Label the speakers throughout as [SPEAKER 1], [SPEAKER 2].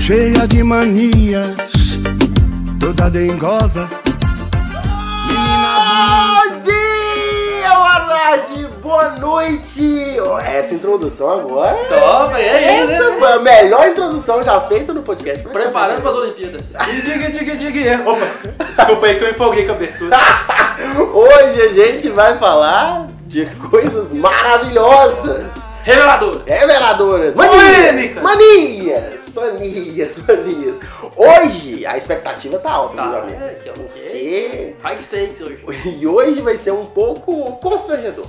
[SPEAKER 1] Cheia de manias, toda dengosa.
[SPEAKER 2] Bom dia, boa tarde, boa noite! Ó, Essa introdução agora. é-
[SPEAKER 3] Toma, e aí,
[SPEAKER 2] Essa
[SPEAKER 3] né?
[SPEAKER 2] foi a melhor introdução já feita no podcast.
[SPEAKER 3] Preparando para as Olimpíadas. E diga, diga, diga.
[SPEAKER 4] é.
[SPEAKER 3] e- Opa, desculpa aí que eu empolguei com a abertura.
[SPEAKER 2] Hoje a gente vai falar de coisas maravilhosas,
[SPEAKER 3] Reveladora.
[SPEAKER 2] reveladoras, manias,
[SPEAKER 3] Polêmica.
[SPEAKER 2] manias, manias, manias. Hoje a expectativa tá alta,
[SPEAKER 3] Tá,
[SPEAKER 2] tá.
[SPEAKER 3] é, que é o quê?
[SPEAKER 2] porque
[SPEAKER 3] High stakes hoje.
[SPEAKER 2] E hoje vai ser um pouco constrangedor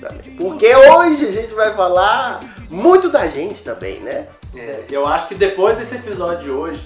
[SPEAKER 2] também. Porque hoje a gente vai falar muito da gente também, né?
[SPEAKER 4] É, eu acho que depois desse episódio de hoje,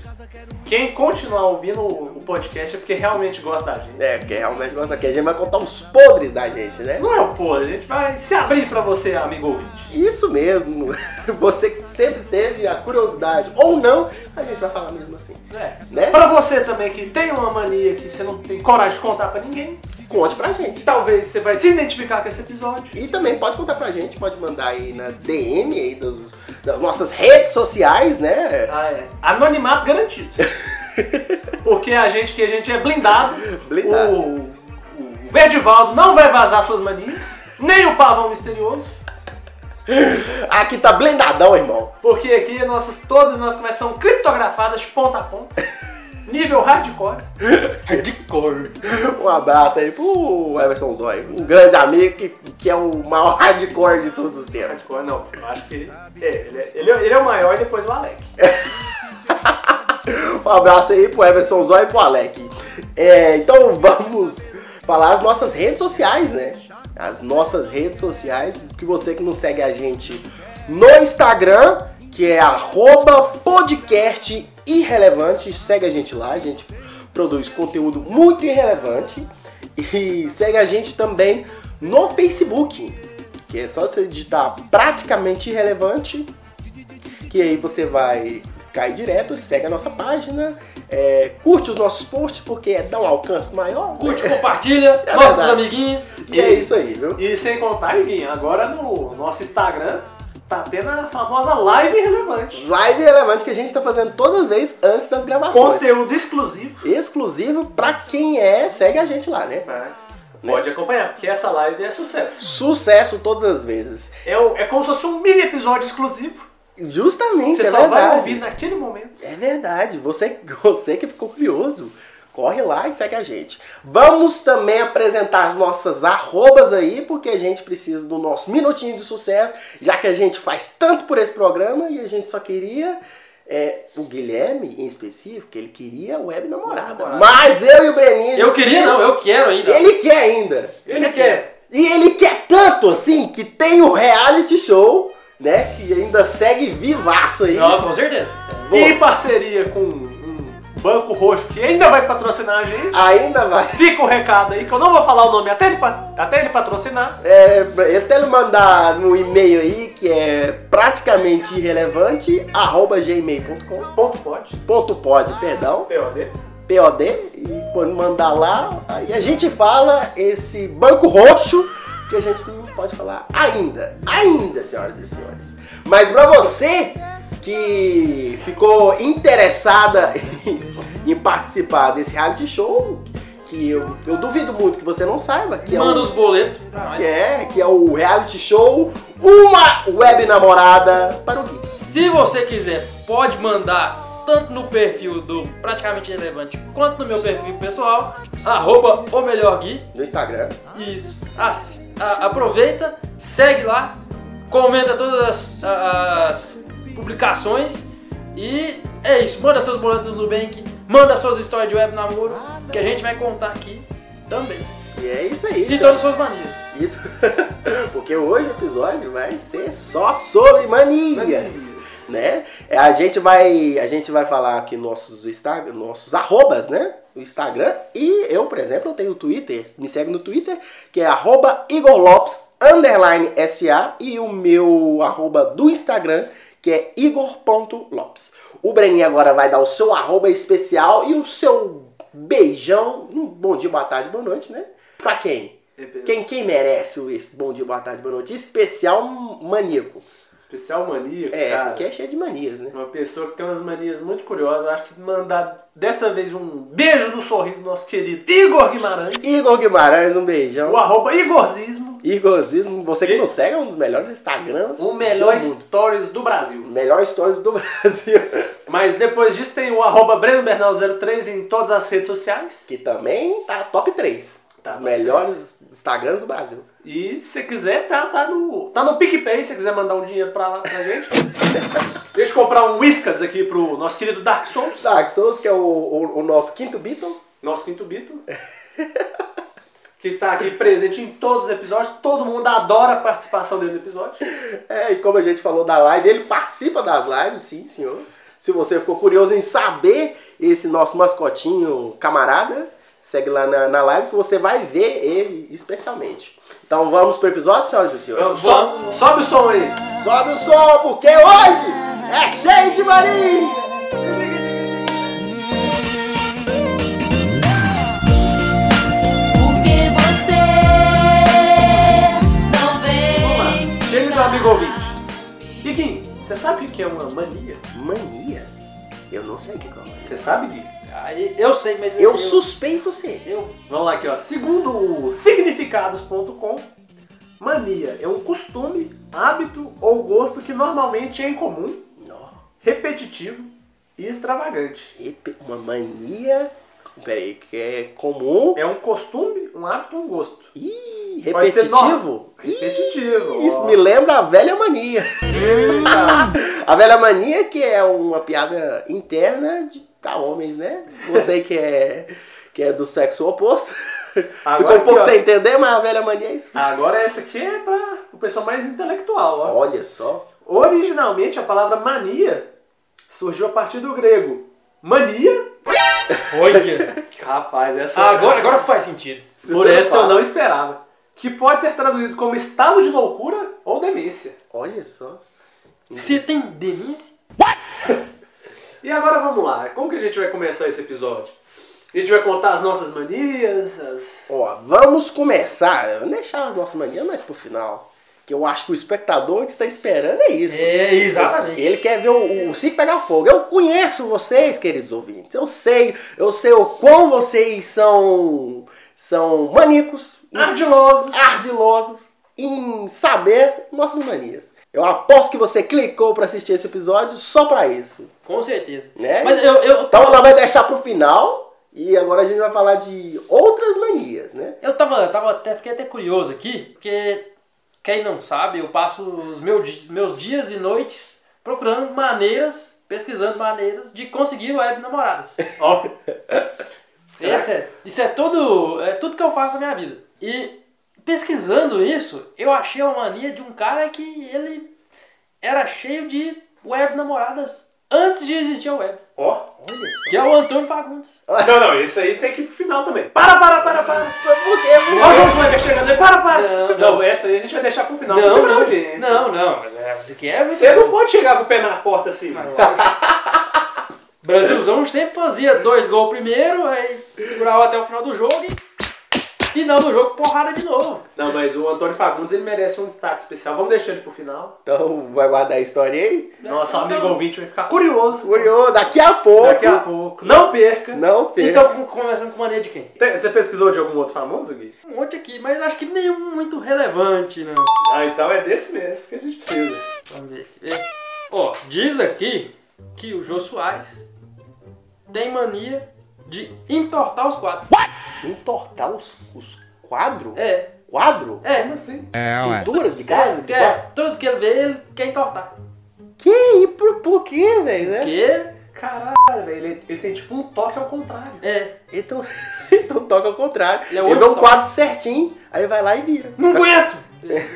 [SPEAKER 4] quem continuar ouvindo o o podcast é porque realmente gosta da gente.
[SPEAKER 2] É, porque realmente gosta que a gente vai contar os podres da gente, né?
[SPEAKER 4] Não é o pô, a gente vai se abrir pra você, amigo ouvinte.
[SPEAKER 2] Isso mesmo. Você que sempre teve a curiosidade ou não, a gente vai falar mesmo assim,
[SPEAKER 4] É.
[SPEAKER 2] né?
[SPEAKER 4] Pra você também que tem uma mania que você não tem coragem de contar pra ninguém,
[SPEAKER 2] Conte pra gente.
[SPEAKER 4] talvez você vai se identificar com esse episódio.
[SPEAKER 2] E também pode contar pra gente, pode mandar aí na DM aí dos- das nossas redes sociais, né?
[SPEAKER 4] Ah, é. Anonimato garantido. Porque a gente que a gente é blindado,
[SPEAKER 2] Blindado.
[SPEAKER 4] O, o Verdivaldo não vai vazar suas manias, nem o pavão misterioso.
[SPEAKER 2] Aqui tá blendadão, irmão.
[SPEAKER 4] Porque aqui nossas, todas nós conversas são criptografadas de ponta a ponta. Nível hardcore.
[SPEAKER 3] Hardcore.
[SPEAKER 2] Um abraço aí pro Everson Zóio, um grande amigo que, que é o maior hardcore de todos os tempos.
[SPEAKER 4] Hardcore não, eu acho que ele é, ele é, ele é- ele é o maior e depois o Alec.
[SPEAKER 2] É Um abraço aí pro Everson Zóio e pro Alec. É, então vamos falar as nossas redes sociais, né? As nossas redes sociais, que você que não segue a gente no Instagram, que é arroba podcast irrelevante, segue a gente lá, a gente produz conteúdo muito irrelevante. E segue a gente também no Facebook, que é só você digitar praticamente irrelevante, que aí você vai cair direto, segue a nossa página, é, curte os nossos posts, porque dá um alcance maior.
[SPEAKER 3] Curte, compartilha.
[SPEAKER 2] É
[SPEAKER 3] mostra pros
[SPEAKER 2] verdade.
[SPEAKER 3] amiguinhos.
[SPEAKER 2] E é isso aí, viu?
[SPEAKER 4] E sem contar, Iguinho, agora no nosso Instagram tá tendo a famosa live relevante.
[SPEAKER 2] Live relevante que a gente tá fazendo toda vez antes das gravações.
[SPEAKER 4] Conteúdo exclusivo.
[SPEAKER 2] Exclusivo pra quem é, segue a gente lá, né?
[SPEAKER 4] né? Pode acompanhar, porque essa live é sucesso.
[SPEAKER 2] Sucesso todas as vezes.
[SPEAKER 4] É, o- é como se fosse um mini episódio exclusivo.
[SPEAKER 2] Justamente,
[SPEAKER 4] Você
[SPEAKER 2] é
[SPEAKER 4] só
[SPEAKER 2] verdade.
[SPEAKER 4] vai ouvir naquele momento.
[SPEAKER 2] É verdade, você, você que ficou curioso, corre lá e segue a gente. Vamos também apresentar as nossas arrobas aí, porque a gente precisa do nosso minutinho de sucesso, já que a gente faz tanto por esse programa e a gente só queria. é, o Guilherme, em específico, ele queria web namorada.
[SPEAKER 4] Namorada.
[SPEAKER 2] Mas eu e o Breninho. a
[SPEAKER 3] Eu
[SPEAKER 2] gente-
[SPEAKER 3] queria não, eu quero ainda.
[SPEAKER 2] Ele quer ainda.
[SPEAKER 4] Ele quer.
[SPEAKER 2] E ele quer tanto assim que tem o reality show, né? Que ainda segue vivaço aí.
[SPEAKER 3] Não, com certeza.
[SPEAKER 4] Em parceria com um banco roxo que ainda vai patrocinar a gente.
[SPEAKER 2] Ainda vai.
[SPEAKER 4] Fica o recado aí que eu não vou falar o nome até ele, pa- até ele patrocinar.
[SPEAKER 2] É, ele até ele mandar no e-mail aí, que é praticamente irrelevante, arroba gmail.com,
[SPEAKER 4] Ponto pode.
[SPEAKER 2] ponto pod, perdão,
[SPEAKER 4] POD.
[SPEAKER 2] POD, e quando mandar lá, aí a gente fala esse banco roxo que a gente não pode falar ainda, ainda, senhoras e senhores. Mas pra você que ficou interessada em, em participar desse reality show, que eu, eu duvido muito que você não saiba, que é o-
[SPEAKER 3] Manda os boletos. pra
[SPEAKER 2] que
[SPEAKER 3] nós.
[SPEAKER 2] é, que é o reality show Uma Web Namorada para o Gui.
[SPEAKER 3] Se você quiser, pode mandar tanto no perfil do Praticamente Relevante quanto no meu perfil pessoal, arroba o melhor gui.
[SPEAKER 2] No Instagram.
[SPEAKER 3] Isso. As- a- aproveita, segue lá, comenta todas as, as publicações e é isso. Manda seus boletos do Nubank, manda suas histórias de web namoro, que a gente vai contar aqui também.
[SPEAKER 2] E é isso aí.
[SPEAKER 3] E
[SPEAKER 2] senhor.
[SPEAKER 3] todas as suas manias.
[SPEAKER 2] E to- Porque hoje o episódio vai ser só sobre manias. Né? É, A gente vai a gente vai falar aqui nossos Instagram, nossos arrobas, né? O Instagram e eu, por exemplo, eu tenho o Twitter. Me segue no Twitter, que é arroba Igor Lopes, underline SA, e o meu arroba do Instagram, que é igor.lopes. O Breninho agora vai dar o seu arroba especial e o seu beijão, um bom dia, boa tarde, boa noite, né? Pra quem?
[SPEAKER 4] Quem?
[SPEAKER 2] Quem, quem merece o- esse bom dia, boa tarde, boa noite? Especial maníaco.
[SPEAKER 4] Especial maníaco,
[SPEAKER 2] É,
[SPEAKER 4] cara.
[SPEAKER 2] porque é cheio de manias, né?
[SPEAKER 4] Uma pessoa que tem umas manias muito curiosas. Eu acho que mandar dessa vez um beijo no sorriso do nosso querido Igor Guimarães.
[SPEAKER 2] Igor Guimarães, um beijão.
[SPEAKER 4] O arroba Igorzismo.
[SPEAKER 2] Igorzismo, você que
[SPEAKER 4] Gente.
[SPEAKER 2] não segue, é um dos melhores Instagrams.
[SPEAKER 4] O melhor
[SPEAKER 2] do mundo.
[SPEAKER 4] stories do Brasil.
[SPEAKER 2] Melhor stories do Brasil.
[SPEAKER 4] Mas depois disso tem o arroba Breno Bernal 03 em todas as redes sociais.
[SPEAKER 2] Que também tá top 3.
[SPEAKER 4] Tá,
[SPEAKER 2] melhores Instagrams do Brasil.
[SPEAKER 4] E se quiser, tá, tá no. Tá no PicPay, se quiser mandar um dinheiro pra lá pra gente. Deixa eu comprar um Whiskas aqui pro nosso querido Dark Souls,
[SPEAKER 2] Dark Souls, que é o, o- o nosso quinto Beatle.
[SPEAKER 4] nosso quinto Beatle. Que tá aqui presente em todos os episódios, todo mundo adora a participação dele no episódio.
[SPEAKER 2] É, e como a gente falou da live, ele participa das lives, sim, senhor. Se você ficou curioso em saber esse nosso mascotinho camarada, segue lá na, na live que você vai ver ele especialmente. Então vamos pro episódio, senhoras e senhores.
[SPEAKER 4] Vamos, so- sobe o som aí.
[SPEAKER 2] Sobe o som, porque hoje é cheio de marinho!
[SPEAKER 5] Porque você não
[SPEAKER 4] Vamos
[SPEAKER 5] vem
[SPEAKER 4] lá. Chega
[SPEAKER 3] tá.
[SPEAKER 4] do amigo ouvinte. Biquinho, você sabe o que é uma mania?
[SPEAKER 2] Mania? Eu não sei o que é uma mania.
[SPEAKER 4] Você sabe, Gui?
[SPEAKER 3] Aí, eu sei, mas
[SPEAKER 2] Eu suspeito ser.
[SPEAKER 3] Eu,
[SPEAKER 4] Vamos lá aqui, ó. Segundo o significados.com, mania é um costume, hábito ou gosto que normalmente é incomum,
[SPEAKER 2] Não,
[SPEAKER 4] repetitivo e extravagante.
[SPEAKER 2] repe- uma mania. Peraí, que é comum
[SPEAKER 4] É um costume, um hábito, um gosto.
[SPEAKER 2] e
[SPEAKER 4] Pode ser
[SPEAKER 2] repetitivo.
[SPEAKER 4] Repetitivo.
[SPEAKER 2] Ih, Isso
[SPEAKER 4] ó.
[SPEAKER 2] me lembra a velha mania.
[SPEAKER 3] Ah,
[SPEAKER 4] Eita.
[SPEAKER 2] A velha mania que é uma piada interna de, pra homens, né? Você que é, que é do sexo oposto. Ficou
[SPEAKER 4] Agora,
[SPEAKER 2] um pouco
[SPEAKER 4] aqui,
[SPEAKER 2] sem entender, mas a velha mania é isso.
[SPEAKER 4] ó. Agora essa aqui é para o pessoal mais intelectual, ó.
[SPEAKER 2] Olha só.
[SPEAKER 4] Originalmente, a palavra mania surgiu a partir do grego mania.
[SPEAKER 3] olha.
[SPEAKER 4] Rapaz, essa
[SPEAKER 3] Ah, agora, agora faz sentido.
[SPEAKER 2] Se
[SPEAKER 4] Por
[SPEAKER 2] você
[SPEAKER 4] essa eu
[SPEAKER 2] fala-
[SPEAKER 4] não esperava. Que pode ser traduzido como estado de loucura ou demência.
[SPEAKER 2] Olha só.
[SPEAKER 3] Você tem demência?
[SPEAKER 4] E agora vamos lá. Como que a gente vai começar esse episódio? A gente vai contar as nossas manias, as...
[SPEAKER 2] Ó, vamos começar. Eu vou deixar a nossa mania mais pro final. Que eu acho que o espectador que está esperando é isso.
[SPEAKER 3] É, exatamente.
[SPEAKER 2] Ele quer ver o, o circo pegar fogo. Eu conheço vocês, queridos ouvintes. Eu sei, eu sei o quão vocês são são maníacos,
[SPEAKER 4] Ardilosos.
[SPEAKER 2] ardilosos em saber nossas manias. Eu aposto que você clicou pra assistir esse episódio só pra isso,
[SPEAKER 3] Com certeza.
[SPEAKER 2] né?
[SPEAKER 3] Mas eu, eu,
[SPEAKER 2] Então ela vai deixar pro final e agora a gente vai falar de outras manias, né?
[SPEAKER 3] eu tava, tava até, fiquei até curioso aqui, porque quem não sabe, eu passo os meus, di- meus dias e noites procurando maneiras, pesquisando maneiras de conseguir web namoradas.
[SPEAKER 4] Ó, Será
[SPEAKER 3] Esse é- isso é tudo, é tudo que eu faço na minha vida. E pesquisando isso, eu achei uma mania de um cara que ele era cheio de web namoradas antes de existir a web,
[SPEAKER 4] ó.
[SPEAKER 3] que é o Antônio Fagundes.
[SPEAKER 4] Não, não, esse aí tem que ir pro final também. Para, para, para, para. Ó, o João Kleber chegando aí. Para, para.
[SPEAKER 3] Não, não.
[SPEAKER 4] essa aí a gente vai deixar pro final.
[SPEAKER 3] não,
[SPEAKER 4] pra segurar a
[SPEAKER 3] não,
[SPEAKER 4] é audiência.
[SPEAKER 3] não, não, mas é, você quer muito
[SPEAKER 4] Você
[SPEAKER 3] bem.
[SPEAKER 4] não pode chegar com o pé na porta assim. mano.
[SPEAKER 3] Brasilzão sempre fazia dois gols primeiro, aí segurava até o final do jogo e final do jogo porrada de novo.
[SPEAKER 4] Não, mas o Antônio Fagundes, ele merece um destaque especial. Vamos deixar ele pro final.
[SPEAKER 2] Então vai guardar a história aí.
[SPEAKER 4] Nosso
[SPEAKER 3] Então-
[SPEAKER 4] amigo ouvinte vai ficar curioso.
[SPEAKER 2] Curioso, daqui a pouco.
[SPEAKER 4] Daqui a pouco. Não perca.
[SPEAKER 2] Não, Pedro.
[SPEAKER 3] Então, começando com mania de quem?
[SPEAKER 4] Tem- Você pesquisou de algum outro famoso, Gui?
[SPEAKER 3] Um monte aqui, mas acho que nenhum muito relevante, não.
[SPEAKER 4] Ah, então é desse mesmo que a gente precisa.
[SPEAKER 3] Vamos ver. É. Ó, diz aqui que o Jô Soares tem mania de entortar os quadros.
[SPEAKER 2] entortar os, os quadros?
[SPEAKER 3] É,
[SPEAKER 2] Quadro?
[SPEAKER 3] é.
[SPEAKER 4] Como assim?
[SPEAKER 2] Pintura de casa? De
[SPEAKER 3] É,
[SPEAKER 2] quadro?
[SPEAKER 3] tudo que ele vê, ele quer entortar.
[SPEAKER 2] Que aí? Por, por quê, velho? Né?
[SPEAKER 3] Porque,
[SPEAKER 4] Caralho, velho, ele, ele tem tipo um toque ao contrário.
[SPEAKER 3] é,
[SPEAKER 2] Então, então toca ao contrário.
[SPEAKER 3] Ele é
[SPEAKER 2] Ele vê um
[SPEAKER 3] outro
[SPEAKER 2] quadro certinho, aí vai lá e vira.
[SPEAKER 3] não aguento!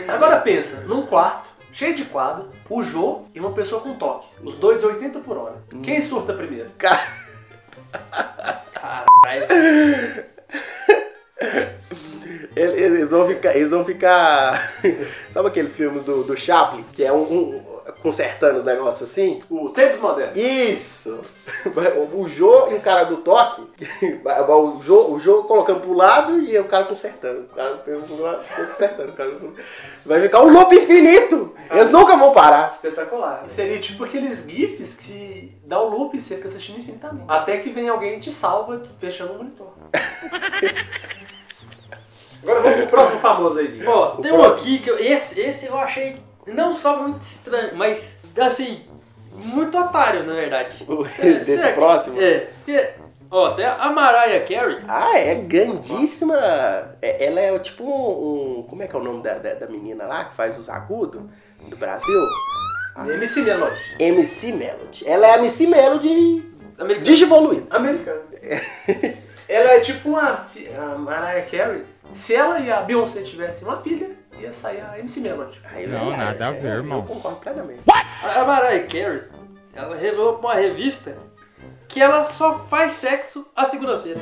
[SPEAKER 4] Agora pensa, num quarto, cheio de quadro, o Jô e uma pessoa com toque. Os dois 80 por hora. Quem surta primeiro?
[SPEAKER 2] Ca-
[SPEAKER 3] Caralho.
[SPEAKER 2] Ele- Eles vão ficar. Eles vão ficar. Sabe aquele filme do, do Chaplin? Que é um. um- consertando os negócios assim.
[SPEAKER 4] O Tempos Modernos.
[SPEAKER 2] Isso! O Jô e o cara do toque, o Jô, o Jô colocando pro lado e o cara consertando. O cara um pro lado, o outro consertando. o cara pro- Vai ficar um loop infinito!
[SPEAKER 5] Ah.
[SPEAKER 2] Eles nunca vão parar.
[SPEAKER 4] Espetacular. Seria tipo aqueles GIFs que dá o loop e você fica assistindo infinitamente. Até que vem alguém e te salva fechando o monitor. Agora vamos pro próximo famoso aí, Gui.
[SPEAKER 3] Ó,
[SPEAKER 2] O
[SPEAKER 3] tem um
[SPEAKER 2] próximo.
[SPEAKER 3] aqui que eu, esse, esse eu achei não só muito estranho, mas assim, muito otário, na verdade.
[SPEAKER 2] Desse próximo.
[SPEAKER 3] É, porque, ó, tem a Mariah Carey.
[SPEAKER 2] Ah, é grandíssima. É- Ela é tipo um, um- Como é que é o nome da, da, da menina lá que faz os agudos do Brasil?
[SPEAKER 4] MC Melody.
[SPEAKER 2] MC Melody. Ela é a MC Melody
[SPEAKER 3] Americana.
[SPEAKER 2] digivoluída.
[SPEAKER 4] Americana. ela é tipo uma fi- a Mariah Carey. Se ela e a Beyoncé tivessem uma filha, ia sair a MC Melody.
[SPEAKER 2] Aí,
[SPEAKER 5] Não,
[SPEAKER 2] aí,
[SPEAKER 5] nada
[SPEAKER 2] aí,
[SPEAKER 5] a ver,
[SPEAKER 2] eu
[SPEAKER 5] irmão.
[SPEAKER 2] concordo plenamente.
[SPEAKER 3] A Mariah Carey, ela revelou pra uma revista que ela só faz sexo às segunda-feira.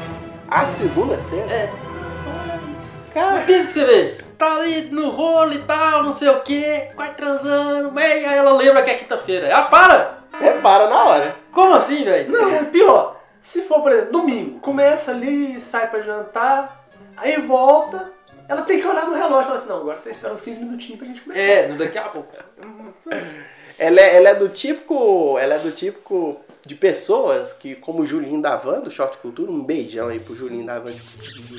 [SPEAKER 2] A segunda-feira?
[SPEAKER 3] É,
[SPEAKER 2] Cara,
[SPEAKER 3] mas pensa pra você ver. Tá ali no rolo e tal, não sei o que, quase transando, mas aí ela lembra que é quinta-feira. Ah, para!
[SPEAKER 2] repara na hora.
[SPEAKER 3] Como assim, velho?
[SPEAKER 4] Não, é pior. Se for, por exemplo, domingo, começa ali, sai pra jantar, aí volta, ela tem que olhar no relógio e falar assim, não, agora você espera uns 15 minutinhos pra gente começar.
[SPEAKER 3] É, no daqui a pouco.
[SPEAKER 2] Ela é, ela é do típico. Ela é do típico de pessoas que, como o Julinho da Van, do Short Cultura, um beijão aí pro Julinho da Van,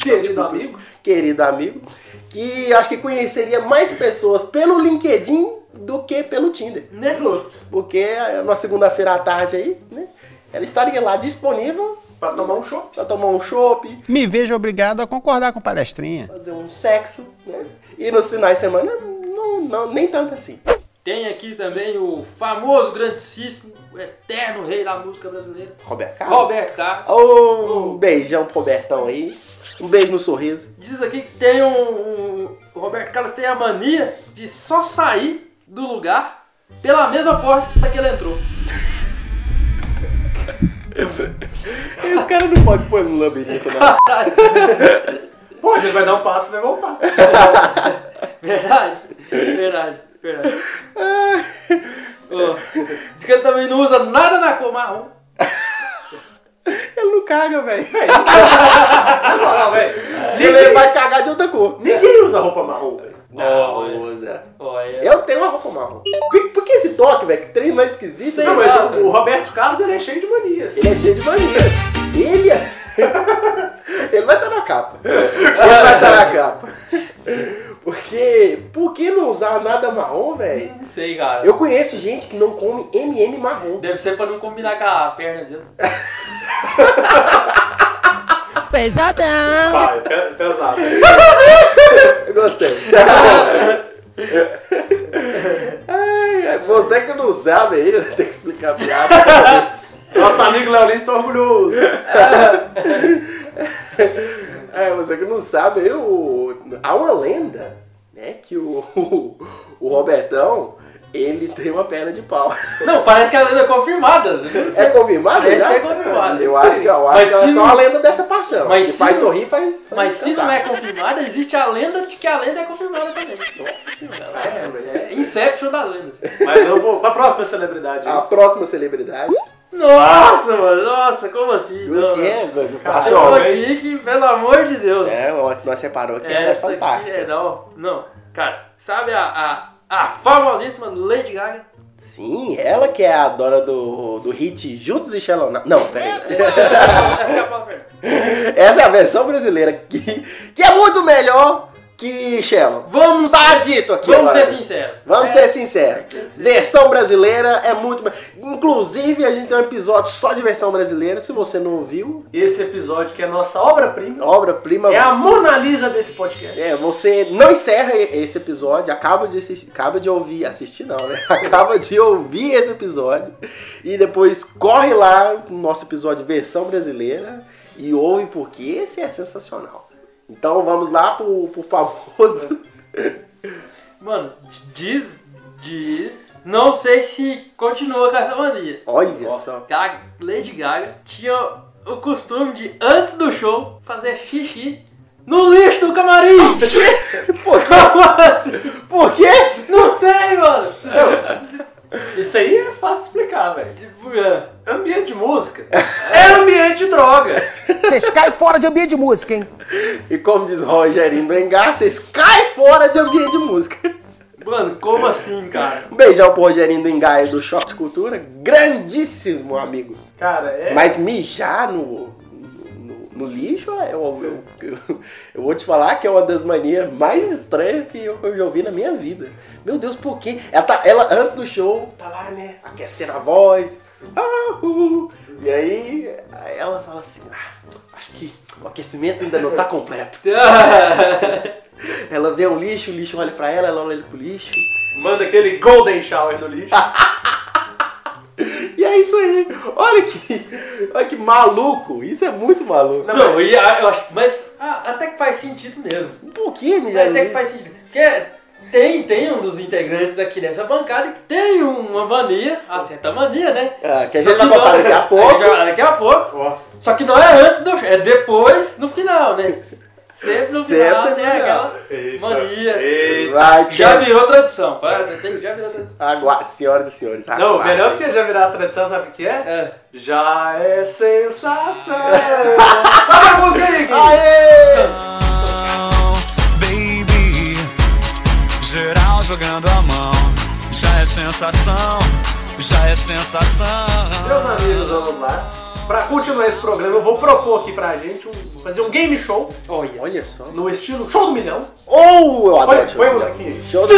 [SPEAKER 4] Querido amigo,
[SPEAKER 2] querido amigo, que acho que conheceria mais pessoas pelo LinkedIn do que pelo Tinder.
[SPEAKER 4] é justo.
[SPEAKER 2] Porque eh, numa segunda-feira à tarde aí, né? Ela estaria lá disponível
[SPEAKER 4] Pra tomar um chopp.
[SPEAKER 2] pra tomar um chopp,
[SPEAKER 5] Me vejo obrigado a concordar com palestrinha.
[SPEAKER 2] fazer um sexo, né? E nos finais de semana, não, não, nem tanto assim.
[SPEAKER 3] Tem aqui também o famoso, grandíssimo, o eterno rei da música brasileira,
[SPEAKER 2] Roberto Carlos.
[SPEAKER 3] Roberto Carlos.
[SPEAKER 2] Ô, Um beijão pro Robertão aí. Um beijo no sorriso.
[SPEAKER 3] Diz aqui que tem um, um- O Roberto Carlos tem a mania de só sair do lugar pela mesma porta que ele entrou.
[SPEAKER 2] Esse cara não pode pôr no labirinto, não.
[SPEAKER 4] Pô, a gente vai dar um passo e vai voltar.
[SPEAKER 3] Verdade, verdade, verdade. Ó, diz que ele também não usa nada na cor marrom.
[SPEAKER 2] Ele não caga, velho.
[SPEAKER 4] Na moral, velho.
[SPEAKER 2] Ele vai cagar de outra cor.
[SPEAKER 4] Ninguém usa roupa marrom, velho.
[SPEAKER 3] Não, é.
[SPEAKER 2] usa.
[SPEAKER 3] Ó, é-
[SPEAKER 2] Eu tenho uma roupa marrom. Por, por que esse toque, velho? Que trem mais esquisito,
[SPEAKER 3] Sei
[SPEAKER 2] né?
[SPEAKER 4] Não, mas
[SPEAKER 3] lá,
[SPEAKER 4] o- o Roberto Carlos, ele é cheio de manias.
[SPEAKER 2] Ele é cheio de mania. Ele é... Ele vai estar na capa. Ele vai estar na capa. Porque... Por que não usar nada marrom, velho?
[SPEAKER 3] Não sei, cara.
[SPEAKER 2] Eu conheço gente que não come M&M marrom.
[SPEAKER 3] Deve ser pra não combinar com a perna dele.
[SPEAKER 6] Pesadão.
[SPEAKER 4] Pai, pe- pesado.
[SPEAKER 2] Eu gostei. Ai, ai, é, você que não sabe aí, né, tem que explicar a piada.
[SPEAKER 4] Nosso amigo Leolins tá orgulhoso.
[SPEAKER 2] É, você que não sabe, eu, há uma lenda, né, que o, o, o Robertão, ele tem uma perna de pau.
[SPEAKER 3] Não, parece que a lenda é confirmada. Eu não sei.
[SPEAKER 2] É confirmado
[SPEAKER 3] Parece
[SPEAKER 2] já?
[SPEAKER 3] que é confirmado,
[SPEAKER 2] Eu
[SPEAKER 3] não
[SPEAKER 2] acho
[SPEAKER 3] sei.
[SPEAKER 2] que, eu acho
[SPEAKER 3] Mas
[SPEAKER 2] que ela é
[SPEAKER 3] se
[SPEAKER 2] só
[SPEAKER 3] não-
[SPEAKER 2] uma lenda dessa paixão.
[SPEAKER 3] Mas
[SPEAKER 2] que
[SPEAKER 3] se
[SPEAKER 2] faz
[SPEAKER 3] não-
[SPEAKER 2] sorrir, faz, faz
[SPEAKER 3] Mas se
[SPEAKER 2] cantar.
[SPEAKER 3] não é confirmada, existe a lenda de que a lenda é confirmada também. É Inception das lendas.
[SPEAKER 4] Mas eu vou pra próxima celebridade.
[SPEAKER 2] A próxima celebridade.
[SPEAKER 3] Nossa, mano, nossa, como assim?
[SPEAKER 2] O que é?
[SPEAKER 3] Tem
[SPEAKER 4] Achou,
[SPEAKER 3] uma
[SPEAKER 4] hein?
[SPEAKER 3] aqui que, pelo amor de Deus.
[SPEAKER 2] É, uma que nós separou aqui, ela é
[SPEAKER 3] Essa aqui
[SPEAKER 2] fantástica.
[SPEAKER 3] é, não, não. Cara, sabe a, a, a famosíssima Lady Gaga?
[SPEAKER 2] Sim, ela que é a dona do, do hit Juntos e Xelona. Não, peraí.
[SPEAKER 3] Essa é a palavra.
[SPEAKER 2] Essa é a versão brasileira que, que é muito melhor que Xelon.
[SPEAKER 3] Vamos,
[SPEAKER 2] Tá dito aqui
[SPEAKER 3] vamos
[SPEAKER 2] agora.
[SPEAKER 3] ser sinceros.
[SPEAKER 2] Vamos
[SPEAKER 3] É,
[SPEAKER 2] ser sinceros. Versão brasileira é muito. me- Inclusive, a gente tem um episódio só de versão brasileira. Se você não ouviu,
[SPEAKER 4] Esse episódio que é nossa obra-prima.
[SPEAKER 2] obra-prima.
[SPEAKER 4] É a Mona Lisa desse podcast.
[SPEAKER 2] É, você não encerra e- esse episódio, acaba de, assistir, acaba de ouvir, assistir não, né? Acaba de ouvir esse episódio e depois corre lá no nosso episódio versão brasileira e ouve porque esse é sensacional. Então vamos lá pro, pro famoso.
[SPEAKER 3] Mano, diz, diz. Não sei se continua com essa mania.
[SPEAKER 2] Olha
[SPEAKER 3] Ó,
[SPEAKER 2] só.
[SPEAKER 3] A Lady Gaga tinha o costume de, antes do show, fazer xixi no lixo do camarim.
[SPEAKER 2] Por,
[SPEAKER 3] Como assim?
[SPEAKER 2] por quê?
[SPEAKER 3] Não sei, mano.
[SPEAKER 6] Isso aí é fácil de explicar, velho.
[SPEAKER 3] Tipo, é.
[SPEAKER 6] Ambiente de música é ambiente de droga.
[SPEAKER 7] Vocês caem fora de ambiente de música, hein?
[SPEAKER 2] E como diz Rogerinho Bengar, vocês caem fora de ambiente de música.
[SPEAKER 3] Mano, como assim, cara?
[SPEAKER 2] Um beijão pro Rogerinho do Engaia do Choque de Cultura, grandíssimo amigo.
[SPEAKER 4] Cara, é.
[SPEAKER 2] Mas mijar no, no, no lixo, é, eu, eu, eu, eu vou te falar que é uma das manias mais estranhas que eu, que eu já ouvi na minha vida. Meu Deus, por quê? Ela, tá- ela, antes do show, tá lá, né, aquecendo a voz. Ah, uh, e aí ela fala assim, ah, acho que o aquecimento ainda não tá completo. Ela vê um lixo, o lixo olha pra ela, ela olha pro lixo.
[SPEAKER 4] Manda aquele Golden Shower no lixo.
[SPEAKER 2] E é isso aí. Olha que, olha que maluco. Isso é muito maluco.
[SPEAKER 3] Não, e a- eu acho, mas ah, até que faz sentido mesmo.
[SPEAKER 2] Por que, Mijarinho?
[SPEAKER 3] Até que faz sentido. Porque tem, tem um dos integrantes aqui dessa bancada que tem uma mania, uma certa mania, né?
[SPEAKER 2] Ah, que a
[SPEAKER 3] Só
[SPEAKER 2] gente vai
[SPEAKER 3] que não-
[SPEAKER 2] botar daqui a
[SPEAKER 3] A gente vai
[SPEAKER 2] pouco.
[SPEAKER 3] falar daqui a pouco.
[SPEAKER 4] Ó.
[SPEAKER 3] Só que não é antes do é depois, no final, né? Sempre no
[SPEAKER 2] Sempre
[SPEAKER 3] final
[SPEAKER 2] no
[SPEAKER 3] tem
[SPEAKER 2] final.
[SPEAKER 3] aquela mania.
[SPEAKER 2] Vai,
[SPEAKER 3] Já
[SPEAKER 2] já
[SPEAKER 3] virou tradição, pá, tem- já virou tradição.
[SPEAKER 2] Senhoras e senhores,
[SPEAKER 4] Não,
[SPEAKER 2] aguardem.
[SPEAKER 4] melhor porque já virar a tradição, sabe o que é?
[SPEAKER 3] É.
[SPEAKER 4] Já é sensação! Sabe a música aí, Gui?
[SPEAKER 2] Aê!
[SPEAKER 8] Baby, geral jogando a mão. Já é sensação, já é sensação.
[SPEAKER 4] Meus amigos, vamos lá. Pra continuar esse programa, eu vou propor aqui pra gente um- fazer um game show
[SPEAKER 2] Olha, olha só.
[SPEAKER 4] no estilo Show do Milhão.
[SPEAKER 2] Ou eu adoro
[SPEAKER 4] Põe, põe a
[SPEAKER 2] show.
[SPEAKER 4] musiquinha aí.
[SPEAKER 2] Show do-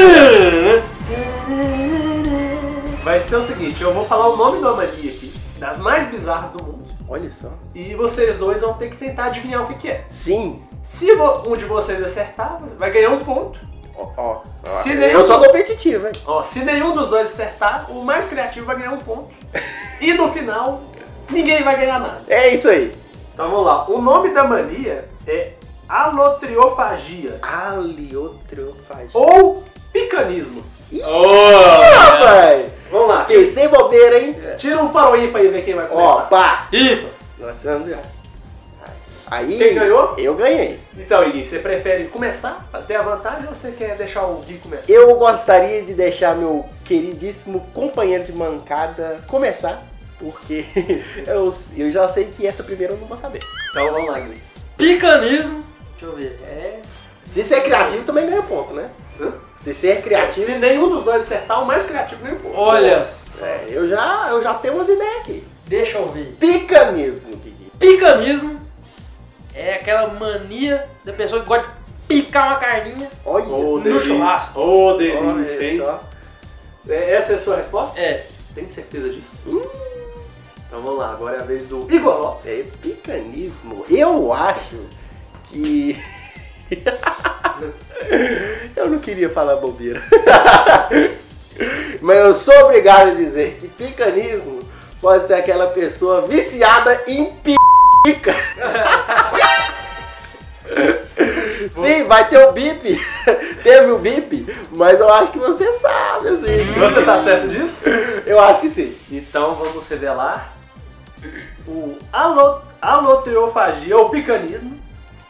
[SPEAKER 4] Vai ser o seguinte, eu vou falar o nome da mania aqui, das mais bizarras do mundo.
[SPEAKER 2] Olha só.
[SPEAKER 4] E vocês dois vão ter que tentar adivinhar o que, que é.
[SPEAKER 2] Sim.
[SPEAKER 4] Se vo- um de vocês acertar, vai ganhar um ponto.
[SPEAKER 2] Ó, ó. ó.
[SPEAKER 4] Se
[SPEAKER 2] Eu
[SPEAKER 4] nenhum-
[SPEAKER 2] sou competitivo, hein?
[SPEAKER 4] Ó, se nenhum dos dois acertar, o mais criativo vai ganhar um ponto. E no final, ninguém vai ganhar nada.
[SPEAKER 2] É isso aí.
[SPEAKER 4] Então vamos lá. O nome da mania é alotriofagia
[SPEAKER 2] Aliotrofagia.
[SPEAKER 4] ou picanismo.
[SPEAKER 2] Rapaz!
[SPEAKER 4] Vamos lá.
[SPEAKER 2] Fiquei sem bobeira, hein?
[SPEAKER 4] Tira um para o ímpar aí ver quem vai
[SPEAKER 2] Ó,
[SPEAKER 4] começar.
[SPEAKER 2] pá.
[SPEAKER 3] Ímpar.
[SPEAKER 2] Nós vamos já. Aí.
[SPEAKER 4] Quem ganhou?
[SPEAKER 2] Eu ganhei.
[SPEAKER 4] Então, Igui, você prefere começar pra ter a vantagem ou você quer deixar o Gui começar?
[SPEAKER 2] Eu gostaria de deixar meu queridíssimo companheiro de mancada começar, porque eu, eu já sei que essa primeira eu não vou saber.
[SPEAKER 4] Então vamos lá, Gui.
[SPEAKER 3] Picanismo. Deixa eu ver. É.
[SPEAKER 2] Se você é criativo, também ganha ponto, né? Se você é criativo,
[SPEAKER 4] Se nenhum dos dois acertar, o mais criativo ganha um ponto.
[SPEAKER 3] Olha, só,
[SPEAKER 2] é, eu, já, eu já tenho umas ideias aqui.
[SPEAKER 3] deixa eu ver.
[SPEAKER 2] Pica mesmo, Guigui.
[SPEAKER 3] Picanismo é aquela mania da pessoa que gosta de picar uma carninha
[SPEAKER 2] Olha
[SPEAKER 4] Ô,
[SPEAKER 2] isso.
[SPEAKER 3] no
[SPEAKER 4] delícia.
[SPEAKER 3] churrasco.
[SPEAKER 4] Ô, delícia,
[SPEAKER 2] Olha
[SPEAKER 4] hein?
[SPEAKER 2] só.
[SPEAKER 4] É, Essa é a sua resposta?
[SPEAKER 3] É.
[SPEAKER 4] Tem certeza disso? Então vamos lá, agora é a vez do Igor Lopes.
[SPEAKER 2] É picanismo. Eu acho que. eu não queria falar bobeira. Mas eu sou obrigado a dizer que picanismo pode ser aquela pessoa viciada em pica. Sim, vai ter o bip. Teve o bip, mas eu acho que você sabe, assim.
[SPEAKER 4] Você tá certo disso?
[SPEAKER 2] Eu acho que sim.
[SPEAKER 4] Então vamos revelar o alo- aloteofagia ou picanismo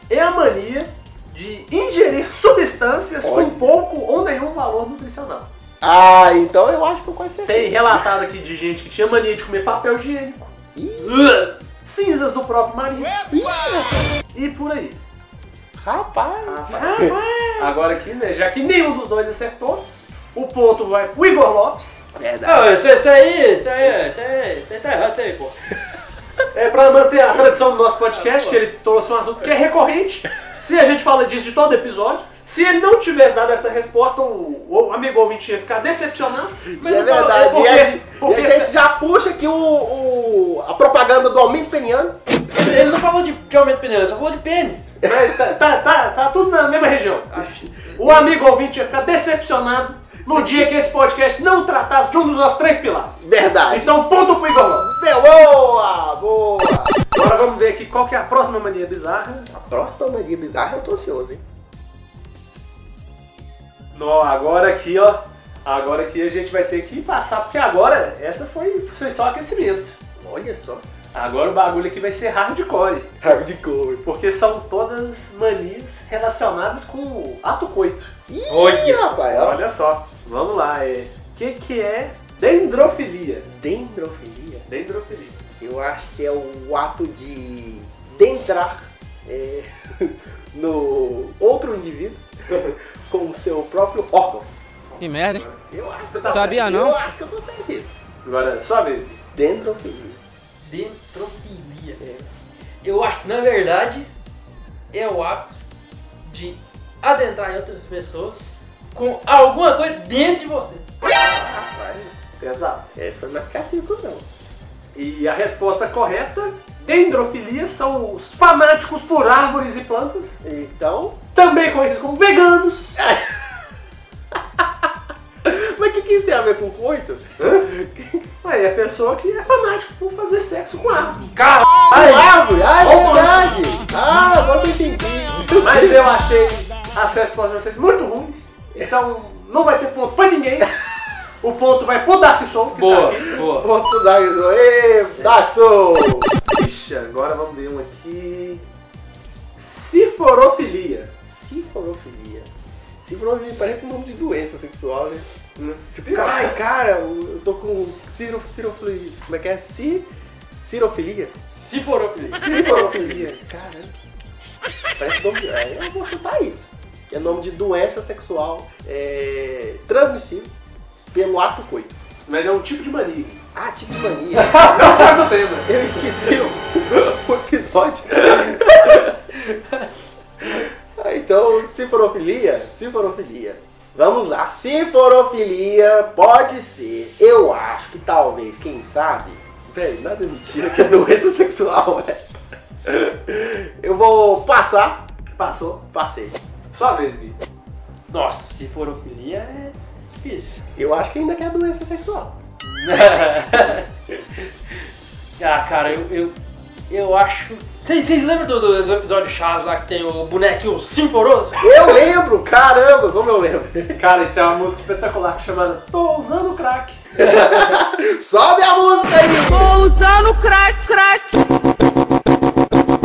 [SPEAKER 4] é a mania de ingerir substâncias
[SPEAKER 2] Olha.
[SPEAKER 4] com pouco ou nenhum valor nutricional.
[SPEAKER 2] Ah, então eu acho que eu quase acertei.
[SPEAKER 4] Tem relatado aqui de gente que tinha mania de comer papel higiênico, cinzas do próprio marido e por aí.
[SPEAKER 2] Rapaz.
[SPEAKER 4] Agora aqui, né, já que nenhum dos dois acertou, o ponto vai pro Igor Lopes.
[SPEAKER 2] Verdade.
[SPEAKER 3] Ah, isso, isso aí, tá aí, tá aí, tá, tá errado, tá aí, pô.
[SPEAKER 4] É pra manter a tradição do nosso podcast, que ele trouxe um assunto que é recorrente. Se a gente fala disso de todo episódio, se ele não tivesse dado essa resposta, o, o amigo ouvinte ia ficar decepcionado.
[SPEAKER 3] Mas
[SPEAKER 2] é
[SPEAKER 3] eu falo-
[SPEAKER 2] verdade. e
[SPEAKER 4] porque-
[SPEAKER 2] a, gente-
[SPEAKER 4] porque
[SPEAKER 2] e a gente já puxa aqui o, o- a propaganda do aumento peniano.
[SPEAKER 3] Ele, é ele não falou de, de aumento de pneu, ele só falou de pênis.
[SPEAKER 4] Mas tá, tá, tá, tá tudo na mesma região. O amigo ouvinte ia ficar decepcionado no dia que esse podcast não tratasse de um dos nossos três pilares.
[SPEAKER 2] Verdade.
[SPEAKER 4] Então, ponto pro Igor Lopes.
[SPEAKER 2] Deu, boa, boa.
[SPEAKER 4] Agora vamos ver aqui qual que é a próxima mania bizarra.
[SPEAKER 2] A próxima mania bizarra eu tô ansioso, hein?
[SPEAKER 4] Não, agora aqui, ó. Agora aqui a gente vai ter que passar, porque agora essa foi, foi só aquecimento.
[SPEAKER 2] Olha só.
[SPEAKER 4] Agora o bagulho aqui vai ser hardcore,
[SPEAKER 2] Hardcore.
[SPEAKER 4] porque são todas manias relacionadas com o ato coito.
[SPEAKER 2] Ih, rapaz, ó.
[SPEAKER 4] Olha só, vamos lá. O é, que, que é Dendrofilia.
[SPEAKER 2] Dendrofilia?
[SPEAKER 4] Dendrofilia.
[SPEAKER 2] Eu acho que é o ato de dentrar é, no outro indivíduo com o seu próprio órgão.
[SPEAKER 5] Que merda, hein?
[SPEAKER 2] Eu acho que eu tô
[SPEAKER 5] Sabia
[SPEAKER 2] certo.
[SPEAKER 5] não?
[SPEAKER 2] Eu acho que eu tô certo disso.
[SPEAKER 4] Agora, sua vez.
[SPEAKER 2] Dendrofilia.
[SPEAKER 3] Dentrofilia. É. Eu acho que na verdade é o hábito de adentrar em outras pessoas com alguma coisa dentro de você.
[SPEAKER 2] Exato. Esse foi mais cativo, não.
[SPEAKER 4] E a resposta correta, dendrofilia, são os fanáticos por árvores e plantas,
[SPEAKER 2] Então.
[SPEAKER 4] também conhecidos como veganos.
[SPEAKER 2] Mas o que, que isso tem a ver com coito?
[SPEAKER 4] Aí é a pessoa que é fanático por fazer sexo com árvore.
[SPEAKER 2] Ai, árvore! Ah, é verdade! Ah, agora eu entendi.
[SPEAKER 4] Mas eu achei as respostas de vocês muito ruins, então não vai ter ponto pra ninguém. O ponto vai pro Dark Souls, que
[SPEAKER 3] Boa,
[SPEAKER 4] tá aqui.
[SPEAKER 3] boa.
[SPEAKER 2] Ponto Daxo. Ê, Daxo!
[SPEAKER 4] Ixi, agora vamos ver um aqui. Ciforofilia.
[SPEAKER 2] Cifrofilia. Cifrofilia parece um nome de doença sexual, né? Tipo,
[SPEAKER 4] Pior.
[SPEAKER 2] ai, cara, eu eu tô com ciro, cirofilia. Como é que é? Ci, cirofilia?
[SPEAKER 3] Se for ofendido.
[SPEAKER 2] Cirofilia. Caramba. Parece nome de... é, Eu vou chutar isso. É nome de doença sexual é, transmissível pelo ato coito.
[SPEAKER 4] Mas é um tipo de mania.
[SPEAKER 2] Ah, tipo de mania.
[SPEAKER 4] Não faz o tema.
[SPEAKER 2] Eu esqueci o, o episódio. Ah, então, ciforofilia, ciforofilia. Vamos lá. Ciforofilia pode ser, eu acho que talvez, quem sabe. Velho, nada é mentira que é doença sexual, velho. Eu vou passar.
[SPEAKER 4] Passou.
[SPEAKER 2] Passei.
[SPEAKER 4] Sua vez, Gui.
[SPEAKER 3] Nossa, se for ofendido é difícil.
[SPEAKER 2] Eu acho que ainda que é doença sexual.
[SPEAKER 3] ah, cara, eu, eu, eu acho. Vocês vocês lembram do, do, do episódio Chaves lá que tem o bonequinho sinforoso?
[SPEAKER 2] Eu lembro, caramba, como eu lembro.
[SPEAKER 4] Cara, então é uma música espetacular chamada Tô Usando Crack.
[SPEAKER 2] Sobe a música aí!
[SPEAKER 9] Tô usando crack, crack.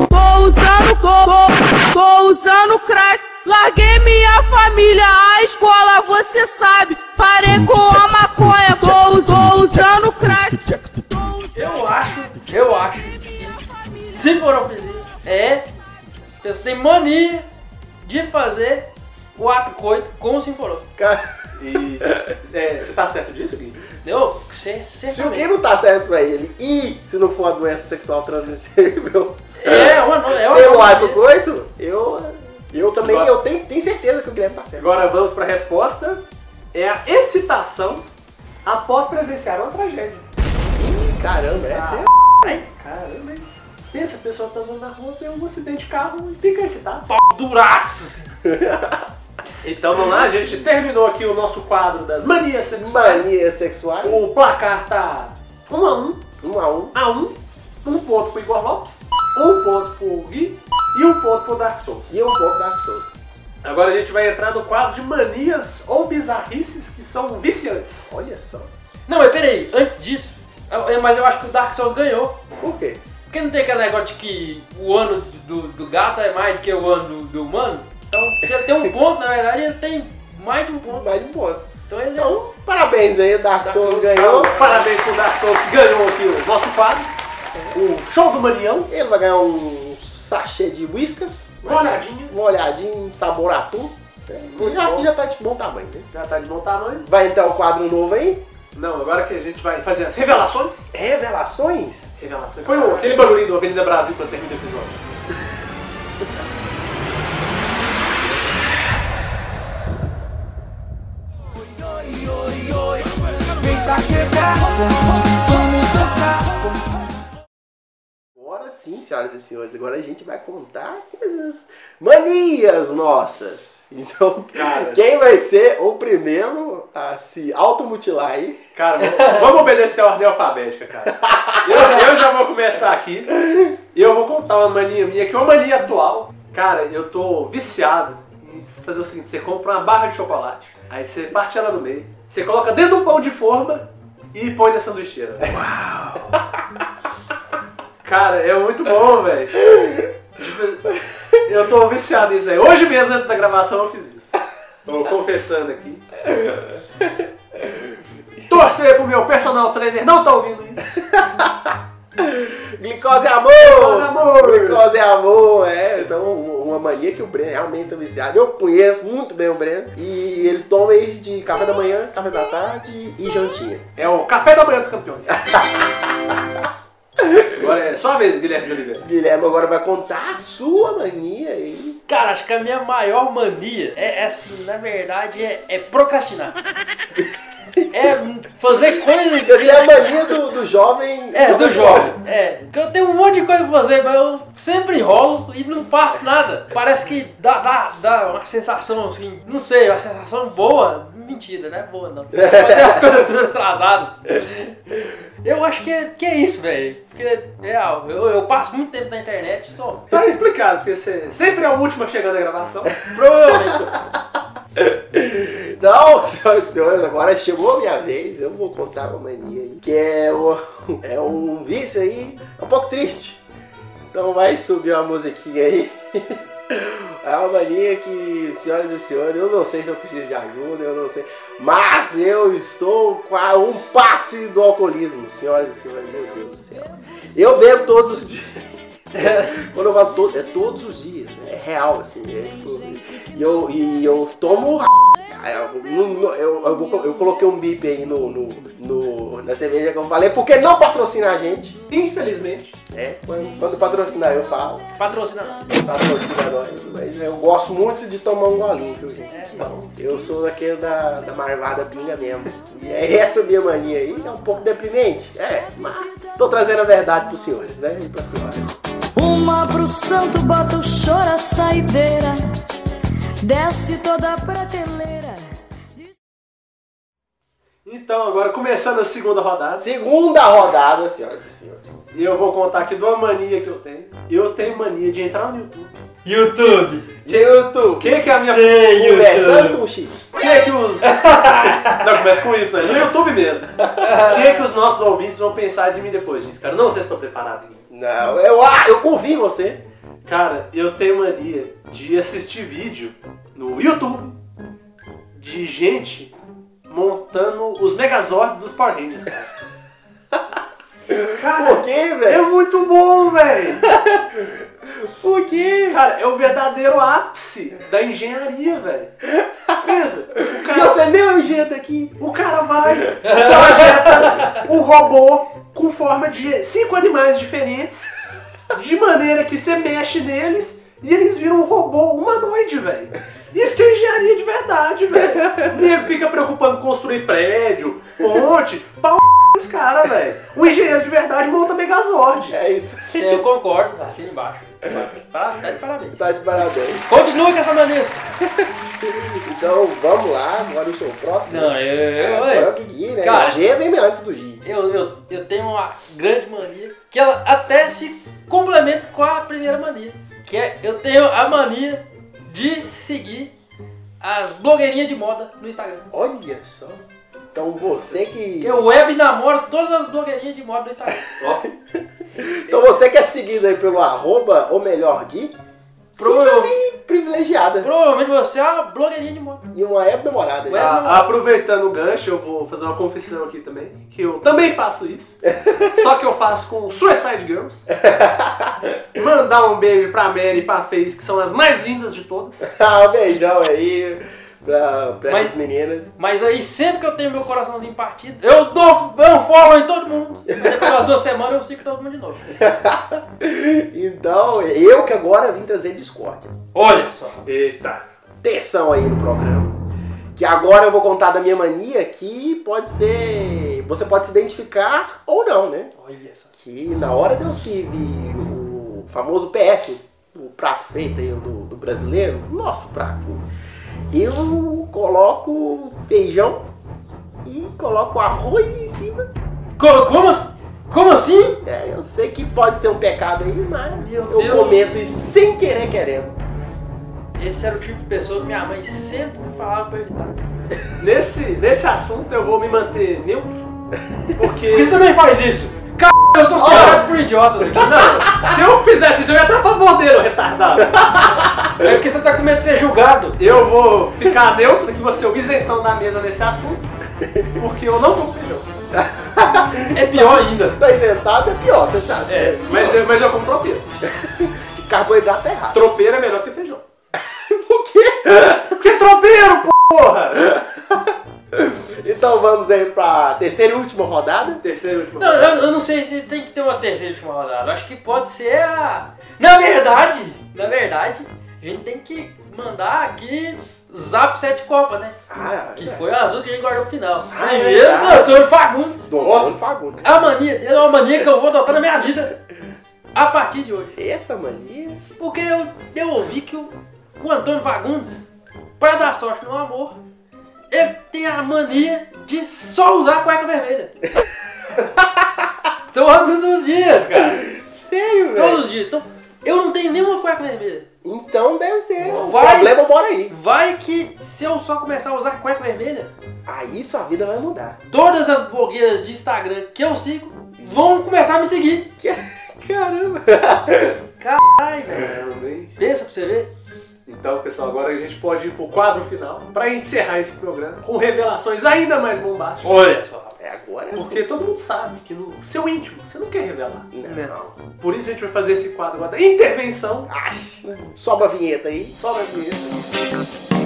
[SPEAKER 9] Tô usando coco, tô usando crack. Larguei minha família, a escola, você sabe. Parei com a maconha, vou, vou usando crack.
[SPEAKER 3] Eu acho, eu acho que se for ofendido é. Você tem mania de fazer o ato coito com o sinforoso.
[SPEAKER 2] Cara,
[SPEAKER 4] E é, você tá certo disso, Gui?
[SPEAKER 3] Entendeu? Você,
[SPEAKER 2] se alguém não tá certo pra ele e se não for uma doença sexual transmissível,
[SPEAKER 3] É uma no- é uma
[SPEAKER 2] Pelo
[SPEAKER 3] nova
[SPEAKER 2] lado
[SPEAKER 3] mania.
[SPEAKER 2] coito, eu. Eu também,
[SPEAKER 4] Agora-
[SPEAKER 2] eu tenho, tenho certeza que o Guilherme tá certo.
[SPEAKER 4] Agora vamos pra resposta. É a excitação após presenciar uma tragédia.
[SPEAKER 2] Ih, caramba, essa
[SPEAKER 3] Ah,
[SPEAKER 2] é.
[SPEAKER 4] Caramba, hein? Pensa, a pessoa tá andando na rua, tem um acidente de carro e fica tá? excitada.
[SPEAKER 3] Duraços.
[SPEAKER 4] Então vamos lá, a gente terminou aqui o nosso quadro das manias sexuais.
[SPEAKER 2] é Mania sexuais.
[SPEAKER 4] O placar tá 1 a 1
[SPEAKER 2] Um a um.
[SPEAKER 4] a 1 Um ponto pro Igor Lopes, um ponto pro Gui e um ponto pro Dark Souls.
[SPEAKER 2] E um pouco da show.
[SPEAKER 4] Agora a gente vai entrar no quadro de manias ou bizarrices que são viciantes.
[SPEAKER 2] Olha só.
[SPEAKER 3] Não, mas peraí, antes disso, eu- eu- mas eu acho que o Dark Souls ganhou.
[SPEAKER 2] Por quê?
[SPEAKER 3] Porque não tem aquele negócio de que o ano do, do gato é mais do que o ano do, do humano? Então, se ele tem um ponto, na verdade, ele tem mais de um ponto.
[SPEAKER 2] Mais um ponto.
[SPEAKER 3] Então ele é um.
[SPEAKER 2] Então, parabéns aí, Dark
[SPEAKER 3] Dark
[SPEAKER 2] Souls
[SPEAKER 3] Souls
[SPEAKER 2] ganhou.
[SPEAKER 4] Então, parabéns pro Dark Souls que ganhou aqui o nosso quadro, o show do Manião.
[SPEAKER 2] Ele vai ganhar um sachê de whiskas.
[SPEAKER 4] Uma olhadinha.
[SPEAKER 2] Uma olhadinha, um sabor atum. né?
[SPEAKER 4] Muito
[SPEAKER 2] Já,
[SPEAKER 4] bom.
[SPEAKER 2] já tá de bom tamanho, né?
[SPEAKER 4] Já tá de bom tamanho.
[SPEAKER 2] Vai entrar um quadro novo aí.
[SPEAKER 4] Não, agora que a gente vai fazer as revelações.
[SPEAKER 2] Revelações?
[SPEAKER 4] Revelações. Põe o- aquele barulhinho do Avenida Brasil pra terminar o episódio.
[SPEAKER 2] Agora sim, senhoras e senhores, agora a gente vai contar coisas manias nossas. Então,
[SPEAKER 4] Cara.
[SPEAKER 2] quem vai ser o primeiro a se automutilar aí?
[SPEAKER 4] Cara, vamos- vamos obedecer a ordem alfabética, cara. Eu, eu já vou começar aqui. E eu vou contar uma mania minha, que é uma mania atual. Cara, eu tô viciado em fazer o seguinte: você compra uma barra de chocolate, aí você parte ela no meio, você coloca dentro de um pão de forma e põe na sanduicheira. Uau! Cara, é muito bom, velho. Tipo, Eu tô viciado nisso aí. Hoje mesmo, antes da gravação, eu fiz isso. Tô confessando aqui. Torcer pro meu personal trainer não tá ouvindo isso.
[SPEAKER 2] Glicose é amor!
[SPEAKER 4] Glicose é amor!
[SPEAKER 2] Glicose é amor, é. Isso é um- uma mania que o Breno realmente tá viciado. Eu conheço muito bem o Breno. E ele toma isso de café da manhã, café da tarde e jantinha.
[SPEAKER 4] É o café da manhã dos campeões.
[SPEAKER 6] Agora é só a vez, Guilherme de Oliveira.
[SPEAKER 2] Guilherme agora vai contar a sua mania aí.
[SPEAKER 3] Cara, acho que a minha maior mania é, é assim, na verdade, é, é procrastinar. é fazer coisas.
[SPEAKER 2] Isso aqui é a mania do, do jovem.
[SPEAKER 3] É, do jovem. É, porque eu tenho um monte de coisa pra fazer, mas eu sempre enrolo e não faço nada. Parece que dá, dá, dá uma sensação assim, não sei, uma sensação boa. Mentira, não é boa não. Mas tem as coisas tudo atrasadas. Eu acho que é, que é isso, velho. Porque, real, eu, eu passo muito tempo na internet só.
[SPEAKER 4] Tá explicado, porque você sempre é o último a chegar na gravação.
[SPEAKER 3] Provavelmente.
[SPEAKER 2] Então, senhoras e senhores, agora chegou a minha vez. Eu vou contar uma mania aí. Que é um, é um vício aí, é um pouco triste. Então vai subir uma musiquinha aí. É uma mania que, senhoras e senhores, eu não sei se eu preciso de ajuda, eu não sei. Mas eu estou com a um passe do alcoolismo, senhoras e senhores, meu Deus do céu. Eu bebo todos os dias. Quando eu falo to- é todos os dias, né? é real, assim, é tipo, e eu, e eu tomo r***. eu, não- não- eu, eu vou co- eu coloquei um bip aí no, no, no- na cerveja que eu falei, porque não patrocina a gente,
[SPEAKER 4] Infelizmente.
[SPEAKER 2] né? Quando, quando patrocinar eu falo,
[SPEAKER 3] Patrocina não.
[SPEAKER 2] patrocina nós, mas eu gosto muito de tomar um golinho, viu gente? Então, eu sou daquele da, da marvada pinga mesmo, e é essa minha mania aí, é um pouco deprimente, é, mas tô trazendo a verdade pros senhores, né, e pra senhora.
[SPEAKER 10] Uma pro santo bota o choro a saideira. Desce toda a prateleira.
[SPEAKER 4] Então, agora começando a segunda rodada,
[SPEAKER 2] Segunda rodada, senhoras e senhores.
[SPEAKER 4] eu vou contar aqui de uma mania que eu tenho. Eu tenho mania de entrar no YouTube.
[SPEAKER 3] YouTube!
[SPEAKER 4] O
[SPEAKER 2] YouTube,
[SPEAKER 4] que que é a minha...
[SPEAKER 3] Sei,
[SPEAKER 2] conversando com o X.
[SPEAKER 4] O que que os... não, começa com Y, né? No YouTube mesmo. O que que os nossos ouvintes vão pensar de mim depois disso, cara? Não sei se estão preparados.
[SPEAKER 2] Não, eu, ah, eu confio em você.
[SPEAKER 4] Cara, eu tenho mania de assistir vídeo no YouTube de gente montando os Megazords dos Power Rangers, cara.
[SPEAKER 2] Por
[SPEAKER 4] Cara,
[SPEAKER 2] quê,
[SPEAKER 4] é
[SPEAKER 2] velho?
[SPEAKER 4] muito bom, velho!
[SPEAKER 2] Por quê?
[SPEAKER 4] Cara, é o verdadeiro ápice da engenharia, velho. Pensa, o cara,
[SPEAKER 2] Você nem é
[SPEAKER 3] um
[SPEAKER 2] o jeito aqui.
[SPEAKER 4] o cara vai, projeta um robô com forma de cinco animais diferentes, de maneira que você mexe neles e eles viram um robô humanoide, velho. Isso que é engenharia de verdade, velho. O nego fica preocupando em construir prédio, ponte, pau esse cara, velho. O engenheiro de verdade monta Megazord.
[SPEAKER 2] É isso.
[SPEAKER 3] Sim, eu concordo, assina embaixo. Tá, tá de parabéns.
[SPEAKER 2] Tá de parabéns.
[SPEAKER 3] Continua com essa mania.
[SPEAKER 2] Então vamos lá, agora eu sou o próximo.
[SPEAKER 3] Não, eu. eu,
[SPEAKER 2] Agora é o Gui, né?
[SPEAKER 3] Cara.
[SPEAKER 2] G vem antes do G.
[SPEAKER 3] eu, eu, eu tenho uma grande mania que ela até se complementa com a primeira mania. Que é eu tenho a mania de seguir as blogueirinhas de moda no Instagram.
[SPEAKER 2] Olha só. Então você que.
[SPEAKER 3] Eu web namoro todas as blogueirinhas de moda no Instagram.
[SPEAKER 2] Então você que é seguido aí pelo arroba, ou melhor, Gui,
[SPEAKER 3] Pro-
[SPEAKER 2] sinta-se privilegiada.
[SPEAKER 3] Provavelmente você é uma blogueirinha de moda.
[SPEAKER 2] E uma época namorada.
[SPEAKER 3] Ué.
[SPEAKER 2] né?
[SPEAKER 4] Ah, aproveitando o gancho, eu vou fazer uma confissão aqui também, que eu também faço isso, só que eu faço com Suicide Girls. Mandar um beijo pra Mary e pra Face, que são as mais lindas de todas.
[SPEAKER 2] Ah, beijão aí pra, pra
[SPEAKER 3] Mas-
[SPEAKER 2] essas meninas.
[SPEAKER 3] Mas aí sempre que eu tenho meu coraçãozinho partido, eu dou eu follow em todo mundo. Mas é depois das duas semanas eu sigo todo mundo de novo.
[SPEAKER 2] Então, eu que agora vim trazer discórdia.
[SPEAKER 3] Olha só.
[SPEAKER 4] Eita.
[SPEAKER 2] Atenção aí no programa. Que agora eu vou contar da minha mania que pode ser. Você pode se identificar ou não, né?
[SPEAKER 3] Olha só.
[SPEAKER 2] Que na hora de eu servir o famoso PF, o prato feito aí do, do brasileiro, nosso prato, eu coloco feijão e coloco arroz em cima.
[SPEAKER 3] Co- Como, as- como assim?
[SPEAKER 2] É, eu sei que pode ser um pecado aí, mas
[SPEAKER 3] Meu
[SPEAKER 2] eu
[SPEAKER 3] Deus.
[SPEAKER 2] comento isso sem querer querendo.
[SPEAKER 3] Esse era o tipo de pessoa que minha mãe sempre falava pra eu evitar.
[SPEAKER 4] Nesse, nesse assunto eu vou me manter neutro,
[SPEAKER 3] Porque
[SPEAKER 4] porque
[SPEAKER 3] você também faz isso? Caralho, eu tô separado por idiotas aqui.
[SPEAKER 4] Não, se eu fizesse isso eu ia estar a favor dele, ô retardado.
[SPEAKER 3] É porque você tá com medo de ser julgado.
[SPEAKER 4] Eu vou ficar neutro, que você é o isentão da mesa nesse assunto. Porque eu não como feijão.
[SPEAKER 3] É pior ainda.
[SPEAKER 2] Tá isentado é pior, você sabe.
[SPEAKER 4] É, mas, eu- mas eu como tropeiro.
[SPEAKER 2] Carboidrato é errado.
[SPEAKER 4] Tropeiro é melhor que feijão.
[SPEAKER 2] Por quê?
[SPEAKER 3] é
[SPEAKER 4] Porque tropeiro, pô!
[SPEAKER 2] Então vamos aí pra terceira e última rodada.
[SPEAKER 4] Terceiro e último.
[SPEAKER 3] Não, eu, eu não sei se tem que ter uma terceira e última rodada. Eu acho que pode ser a. Na verdade, na verdade, a gente tem que mandar aqui Zap 7 Copa, né?
[SPEAKER 2] Ah,
[SPEAKER 3] Que foi a azul que a gente guardou pro final.
[SPEAKER 2] Ah, é
[SPEAKER 3] Primeiro,
[SPEAKER 2] verdade.
[SPEAKER 3] doutor Fagundes.
[SPEAKER 2] do Antônio Fagundes.
[SPEAKER 3] A mania dele é uma mania que eu vou adotar na minha vida a partir de hoje.
[SPEAKER 2] Essa mania.
[SPEAKER 3] Porque eu, eu ouvi que o, o Antônio Fagundes, pra dar sorte no amor, ele tem a mania de só usar a cueca vermelha. Todos os dias, cara.
[SPEAKER 2] é Sério, velho?
[SPEAKER 3] Todos os dias. Então, eu não tenho nenhuma cueca vermelha.
[SPEAKER 2] Então deve ser. O
[SPEAKER 3] Vai.
[SPEAKER 2] problema mora aí.
[SPEAKER 3] Vai que se eu só começar a usar cueca vermelha,
[SPEAKER 2] Aí sua vida vai mudar.
[SPEAKER 3] todas as blogueiras de Instagram que eu sigo vão começar a me seguir.
[SPEAKER 2] Caramba.
[SPEAKER 3] Ai, velho.
[SPEAKER 4] Caramba, hein?
[SPEAKER 3] Pensa pra você ver.
[SPEAKER 4] Então, pessoal, agora a gente pode ir pro quadro final pra encerrar esse programa com revelações ainda mais bombásticas.
[SPEAKER 3] Olha só.
[SPEAKER 2] É agora sim.
[SPEAKER 4] Porque todo mundo sabe que no seu íntimo você não quer revelar.
[SPEAKER 2] Não.
[SPEAKER 4] Por isso a gente vai fazer esse quadro agora da intervenção.
[SPEAKER 2] Acho. Sobe a vinheta aí.
[SPEAKER 4] Sobe a vinheta.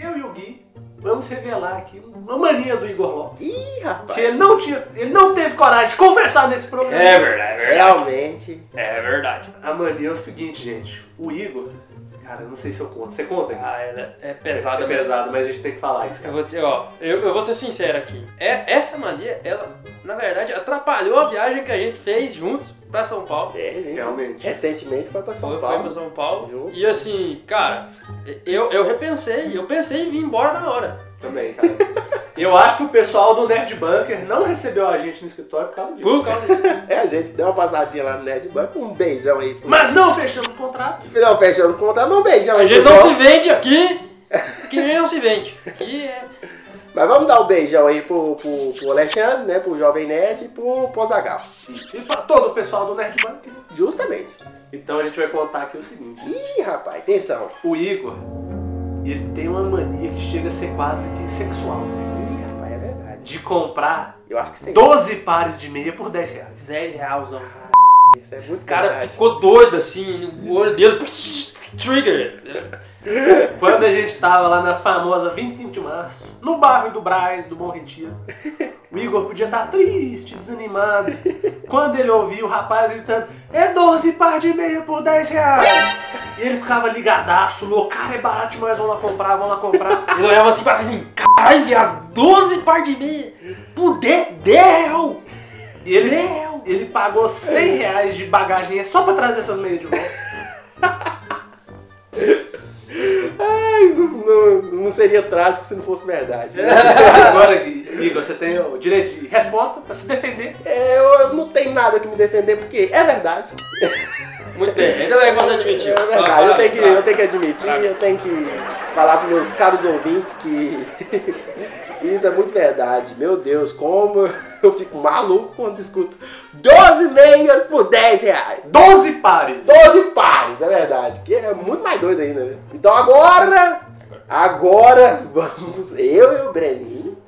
[SPEAKER 4] Eu e o Gui vamos revelar aqui uma mania do Igor Lopes.
[SPEAKER 2] Ih,
[SPEAKER 4] Que
[SPEAKER 2] rapaz.
[SPEAKER 4] ele não, tinha, ele não teve coragem de confessar nesse programa.
[SPEAKER 3] É verdade,
[SPEAKER 2] Realmente.
[SPEAKER 3] É verdade.
[SPEAKER 4] A mania é o seguinte, gente. O Igor, cara, eu não sei se eu conto. Você conta? Igor?
[SPEAKER 3] Ah, ela é pesada
[SPEAKER 4] é
[SPEAKER 3] mesmo.
[SPEAKER 4] pesado, mas a gente tem que falar isso,
[SPEAKER 3] Eu
[SPEAKER 4] cara.
[SPEAKER 3] vou, te- ó, eu, eu vou ser sincero aqui. É, essa mania, ela, na verdade, atrapalhou a viagem que a gente fez junto pra São Paulo.
[SPEAKER 2] É, gente.
[SPEAKER 4] Realmente.
[SPEAKER 2] Recentemente foi pra São
[SPEAKER 3] Foi, foi
[SPEAKER 2] Paulo.
[SPEAKER 3] pra São Paulo.
[SPEAKER 2] Junto.
[SPEAKER 3] E assim, cara, eu, eu repensei, eu pensei em vir embora na hora.
[SPEAKER 4] Também, cara. Eu acho que o pessoal do Nerd Bunker não recebeu a gente no escritório por causa disso.
[SPEAKER 3] Por causa disso.
[SPEAKER 2] É, a gente deu uma passadinha lá no Nerd Banco. Um beijão aí.
[SPEAKER 4] Mas não fechamos o contrato.
[SPEAKER 2] Não, fechamos o contrato, mas um beijão
[SPEAKER 3] A
[SPEAKER 2] aí.
[SPEAKER 3] gente
[SPEAKER 2] pro
[SPEAKER 3] não
[SPEAKER 2] Val.
[SPEAKER 3] se vende aqui. Aqui a gente não se vende. Aqui é.
[SPEAKER 2] Mas vamos dar um beijão aí pro, pro, pro Alexandre, né? Pro Jovem Nerd e pro Pozagal.
[SPEAKER 4] E pra todo o pessoal do Nerd Bunker.
[SPEAKER 2] Justamente.
[SPEAKER 4] Então a gente vai contar aqui o seguinte.
[SPEAKER 2] Ih, rapaz, atenção.
[SPEAKER 4] O Igor, ele tem uma mania que chega a ser quase que sexual.
[SPEAKER 2] Ih, rapaz, é verdade.
[SPEAKER 4] De comprar
[SPEAKER 2] Eu acho que você
[SPEAKER 4] 12 pares de meia por 10 reais.
[SPEAKER 3] 10 reais, não.
[SPEAKER 2] Isso é
[SPEAKER 3] Esse
[SPEAKER 2] muito
[SPEAKER 3] cara
[SPEAKER 2] verdade.
[SPEAKER 3] ficou doido assim, o olho dele. Trigger.
[SPEAKER 4] Quando a gente tava lá na famosa 25 de março, no bairro do Braz, do Bom Retiro, o Igor podia estar triste, desanimado, quando ele ouvia o rapaz gritando, é 12 par de meia por 10 reais. E ele ficava ligadaço, louco, cara, é barato demais, vamos lá comprar, vamos lá comprar.
[SPEAKER 3] Ele olhava assim pra trás assim, caralho, viado, 12 par de meia por 10 real.
[SPEAKER 4] E ele, ele pagou 100 reais de bagagem só pra trazer essas meias de volta.
[SPEAKER 2] Ai, não, não- não seria trágico se não fosse verdade.
[SPEAKER 3] É.
[SPEAKER 2] né?
[SPEAKER 4] Agora, Igor, você tem o direito de resposta pra se defender.
[SPEAKER 2] É, eu, eu não tenho nada que me defender, porque é verdade.
[SPEAKER 3] Muito bem, então ainda bem que você admitiu.
[SPEAKER 2] É verdade. Eu tenho que, eu tenho que admitir, eu tenho que falar para meus caros ouvintes que isso é muito verdade. Meu Deus, como eu fico maluco quando escuto 12 meias por 10 reais.
[SPEAKER 4] 12 pares!
[SPEAKER 2] 12 pares, é verdade. Que é muito mais doido ainda, né? Então agora, agora vamos, eu e o Breninho,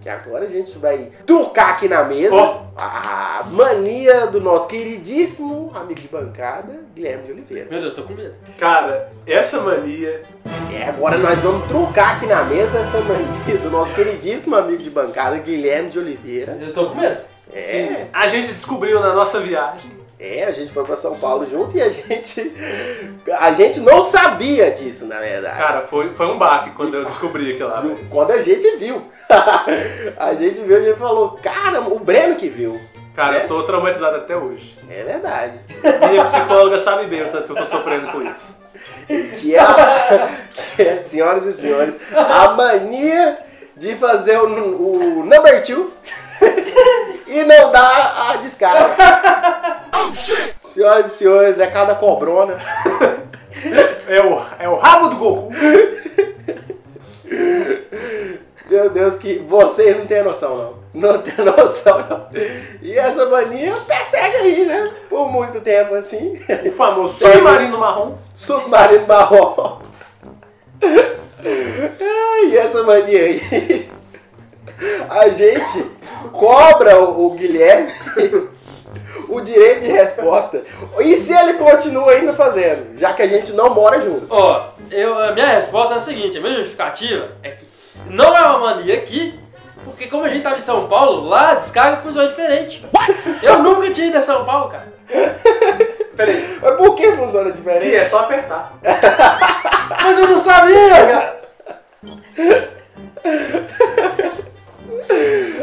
[SPEAKER 2] que agora a gente vai turcar aqui na mesa
[SPEAKER 4] Ó.
[SPEAKER 2] a mania do nosso queridíssimo amigo de bancada, Guilherme de Oliveira.
[SPEAKER 3] Meu Deus, tô com medo.
[SPEAKER 4] Cara, essa mania
[SPEAKER 2] É, agora nós vamos trucar aqui na mesa essa mania do nosso queridíssimo amigo de bancada, Guilherme de Oliveira.
[SPEAKER 3] Eu tô com medo.
[SPEAKER 2] É,
[SPEAKER 4] a gente descobriu na nossa viagem.
[SPEAKER 2] É, a gente foi pra São Paulo junto e a gente. A gente não sabia disso, na verdade.
[SPEAKER 4] Cara, foi, foi um baque quando eu descobri aquilo lá. velho.
[SPEAKER 2] Quando a gente viu. a gente viu e ele falou, cara, o Breno que viu.
[SPEAKER 4] Cara, eu tô traumatizado até hoje.
[SPEAKER 2] É verdade.
[SPEAKER 4] Minha psicóloga sabe bem o tanto que eu tô sofrendo com isso.
[SPEAKER 2] Que é, a- que é, senhoras e senhores, a mania de fazer o, nu- o number two e não dar a descarga. Senhoras e senhores, é cada cobrona.
[SPEAKER 4] É o, é o rabo do Goku.
[SPEAKER 2] Meu Deus, que vocês não têm noção, não. Não tem noção, não. E essa mania persegue aí, né? Por muito tempo, assim.
[SPEAKER 4] O famoso submarino marrom.
[SPEAKER 2] Submarino marrom. Ai, essa mania aí. A gente cobra o o Guilherme o direito de resposta. E se ele continua ainda fazendo? Já que a gente não mora junto.
[SPEAKER 3] Ó, eu, a minha resposta é a seguinte, a minha justificativa é que não é uma mania aqui, porque como a gente tava em São Paulo, lá a descarga funciona diferente. Eu nunca tinha ido a São Paulo, cara.
[SPEAKER 4] Peraí,
[SPEAKER 2] Mas por que funciona
[SPEAKER 4] e
[SPEAKER 2] diferente?
[SPEAKER 4] é só apertar.
[SPEAKER 3] Mas eu não sabia, cara.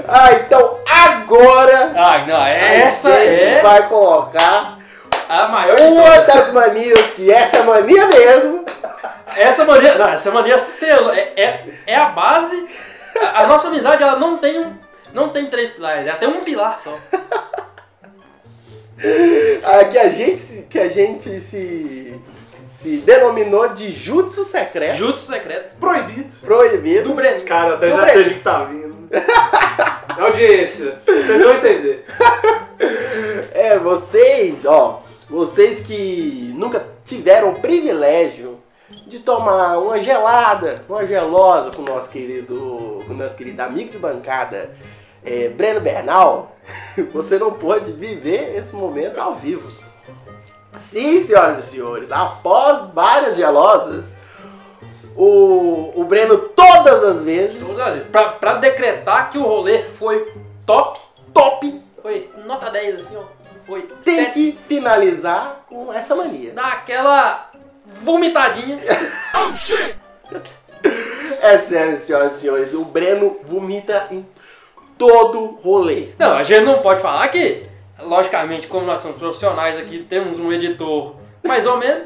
[SPEAKER 2] Ah, então agora
[SPEAKER 3] Ah, não, essa
[SPEAKER 2] a gente
[SPEAKER 3] é
[SPEAKER 2] vai colocar
[SPEAKER 3] a maior de
[SPEAKER 2] uma
[SPEAKER 3] todas.
[SPEAKER 2] das manias, que essa é mania mesmo.
[SPEAKER 3] Essa mania, não, essa mania selo, é, é, é a base. A, a nossa amizade, ela não tem um, não tem três pilares, ela tem um pilar só.
[SPEAKER 2] Ah, que a gente se, que a gente se, se denominou de jutsu secreto,
[SPEAKER 3] Jutsu secreto.
[SPEAKER 4] Proibido.
[SPEAKER 2] proibido.
[SPEAKER 3] Do Breninho.
[SPEAKER 4] Cara, até
[SPEAKER 2] Do
[SPEAKER 4] já
[SPEAKER 2] Breno.
[SPEAKER 4] sei o que tá vindo. Audiência, vocês vão entender.
[SPEAKER 2] É, vocês, ó, vocês que nunca tiveram o privilégio de tomar uma gelada, uma gelosa com o nosso querido, com o nosso querido amigo de bancada, é, Breno Bernal, você não pôde viver esse momento ao vivo. Sim, senhoras e senhores, após várias gelosas, o, o Breno todas as vezes,
[SPEAKER 3] Vamos lá, gente. Pra, pra decretar que o rolê foi top,
[SPEAKER 2] top,
[SPEAKER 3] foi nota 10, assim, ó. Foi
[SPEAKER 2] tem
[SPEAKER 3] sete.
[SPEAKER 2] que finalizar com essa mania.
[SPEAKER 3] Dá aquela vomitadinha.
[SPEAKER 2] É sério, senhoras e senhores, o Breno vomita em todo rolê.
[SPEAKER 3] Não, a gente não pode falar que, logicamente, como nós somos profissionais aqui, temos um editor mais ou menos.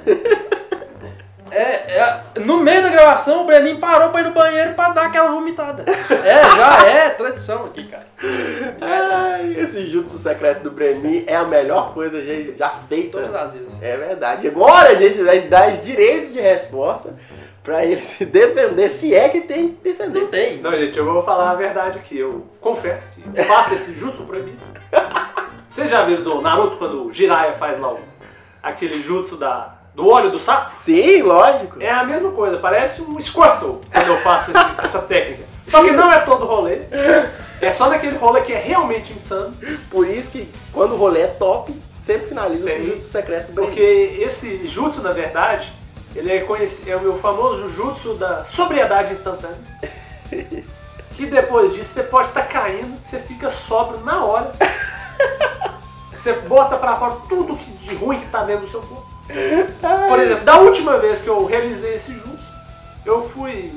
[SPEAKER 3] É, é- no meio da gravação, o Breninho parou pra ir no banheiro pra dar aquela vomitada. É, já é tradição aqui, cara. Já é tradição,
[SPEAKER 2] Ai, esse jutsu secreto do Breni é a melhor coisa já, já
[SPEAKER 3] todas
[SPEAKER 2] feita.
[SPEAKER 3] as vezes.
[SPEAKER 2] É verdade. Agora a gente vai dar os direitos de resposta pra ele se defender, se é que tem que defender.
[SPEAKER 3] Não tem.
[SPEAKER 4] Não, gente, eu vou falar a verdade aqui. Eu confesso que eu faço esse jutsu proibido. Vocês já viram do Naruto quando o Jiraiya faz lá o, aquele jutsu da, do óleo do sapo?
[SPEAKER 2] Sim, lógico.
[SPEAKER 4] É a mesma coisa, parece um Squirtle quando eu faço esse- essa técnica. Só que não é todo rolê. É só naquele rolê que é realmente insano.
[SPEAKER 2] Por isso que quando o rolê é top, sempre finaliza com o
[SPEAKER 4] Tem.
[SPEAKER 2] jutsu secreto do Breni.
[SPEAKER 4] Porque esse jutsu, na verdade, ele é, conheci- é o meu famoso jutsu da sobriedade instantânea. Que depois disso você pode estar caindo, você fica sóbrio na hora. Você bota pra fora tudo que, de ruim que tá dentro do seu corpo. Por exemplo, da última vez que eu realizei esse jutsu, eu fui.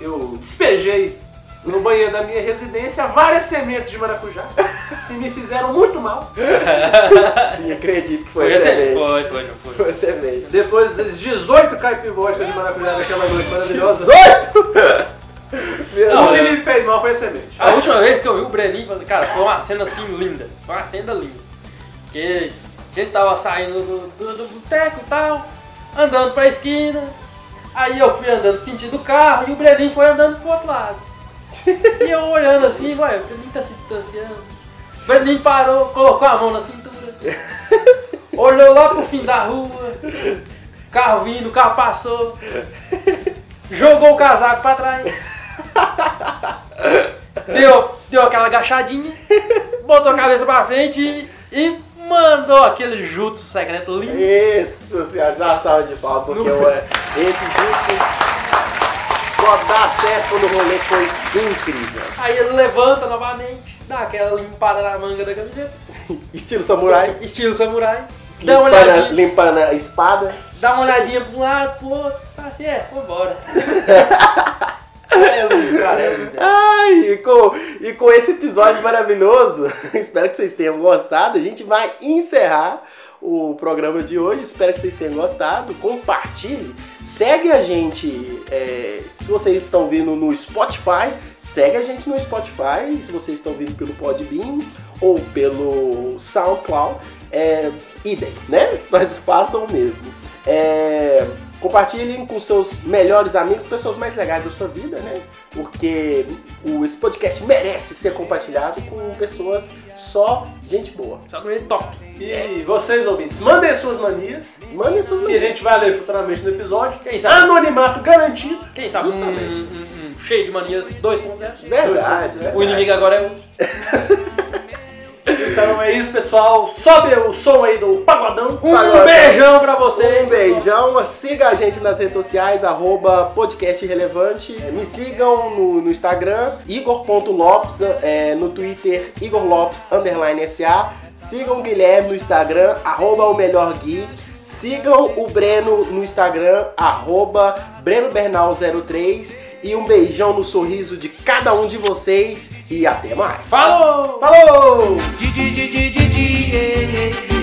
[SPEAKER 4] Eu despejei no banheiro da minha residência várias sementes de maracujá que me fizeram muito mal.
[SPEAKER 2] Sim, acredito que foi
[SPEAKER 3] Foi, foi,
[SPEAKER 4] assim,
[SPEAKER 2] excelente.
[SPEAKER 3] foi, foi, foi.
[SPEAKER 2] Foi excelente.
[SPEAKER 4] Depois das 18 caipivotas de maracujá daquela noite maravilhosa,
[SPEAKER 2] 18! Meu
[SPEAKER 3] Não,
[SPEAKER 4] o que
[SPEAKER 3] eu-
[SPEAKER 4] me fez mal foi a semente.
[SPEAKER 3] A última vez que eu vi o Breninho, fazer- cara, foi uma cena assim linda. Foi uma cena linda. Que que ele tava saindo do, do, do boteco e tal, andando pra esquina. Aí eu fui andando sentido carro e o Breninho foi andando pro outro lado. E eu olhando assim, vai, o Breninho tá se distanciando. O Breninho parou, colocou a mão na cintura, olhou lá pro fim da rua, carro vindo, carro passou, jogou o casaco pra trás. Deu, deu aquela agachadinha, botou a cabeça pra frente e, e mandou aquele jutsu secreto lindo.
[SPEAKER 2] Isso, senhores, uma salva de palmas, porque
[SPEAKER 3] Não.
[SPEAKER 2] eu, eh, esse grupo só dá certo quando o rolê foi incrível.
[SPEAKER 3] Aí ele levanta novamente, dá aquela limpada na manga da camiseta,
[SPEAKER 2] Estilo samurai,
[SPEAKER 3] estilo samurai, dá uma
[SPEAKER 2] limpando,
[SPEAKER 3] olhadinha,
[SPEAKER 2] limpando a espada.
[SPEAKER 3] dá uma olhadinha pro lado, pro outro, tá assim, é, vambora. É lindo, cara, é lindo.
[SPEAKER 2] Ai, e com, e com esse episódio maravilhoso, espero que vocês tenham gostado. A gente vai encerrar o programa de hoje. Espero que vocês tenham gostado. Compartilhe, segue a gente. é, se vocês estão vindo no Spotify, segue a gente no Spotify. Se vocês estão vindo pelo Podbean ou pelo SoundCloud, é, idem, né? Mas façam o mesmo. É, Compartilhem com seus melhores amigos, pessoas mais legais da sua vida, né? Porque o, esse podcast merece ser compartilhado com pessoas só gente boa.
[SPEAKER 3] Só que ele é top.
[SPEAKER 6] E vocês, ouvintes, mandem suas manias,
[SPEAKER 2] Mandem suas
[SPEAKER 6] que a gente vai ler Ah, futuramente no episódio.
[SPEAKER 3] Quem sabe?
[SPEAKER 6] Anonimato garantido.
[SPEAKER 3] Quem sabe? Um, um- um cheio de manias 2.0.
[SPEAKER 2] Verdade, verdade.
[SPEAKER 3] O inimigo agora é o.
[SPEAKER 6] Então é isso, pessoal. Sobe o som aí do pagodão.
[SPEAKER 2] Pagodão.
[SPEAKER 3] Um beijão pra vocês.
[SPEAKER 2] Um beijão, siga a gente nas redes sociais, arroba podcast relevante. É, Me sigam no, no Instagram, igor.lopes, é, no Twitter, igorlopes, underline SA. Sigam o Guilherme no Instagram, arroba o melhor Gui. Sigam o Breno no Instagram, arroba brenobernal03. E um beijão no sorriso de cada um de vocês. E até mais.
[SPEAKER 3] Falou!
[SPEAKER 2] Falou!
[SPEAKER 8] Di, di, di, di, di, di, eh, eh, eh.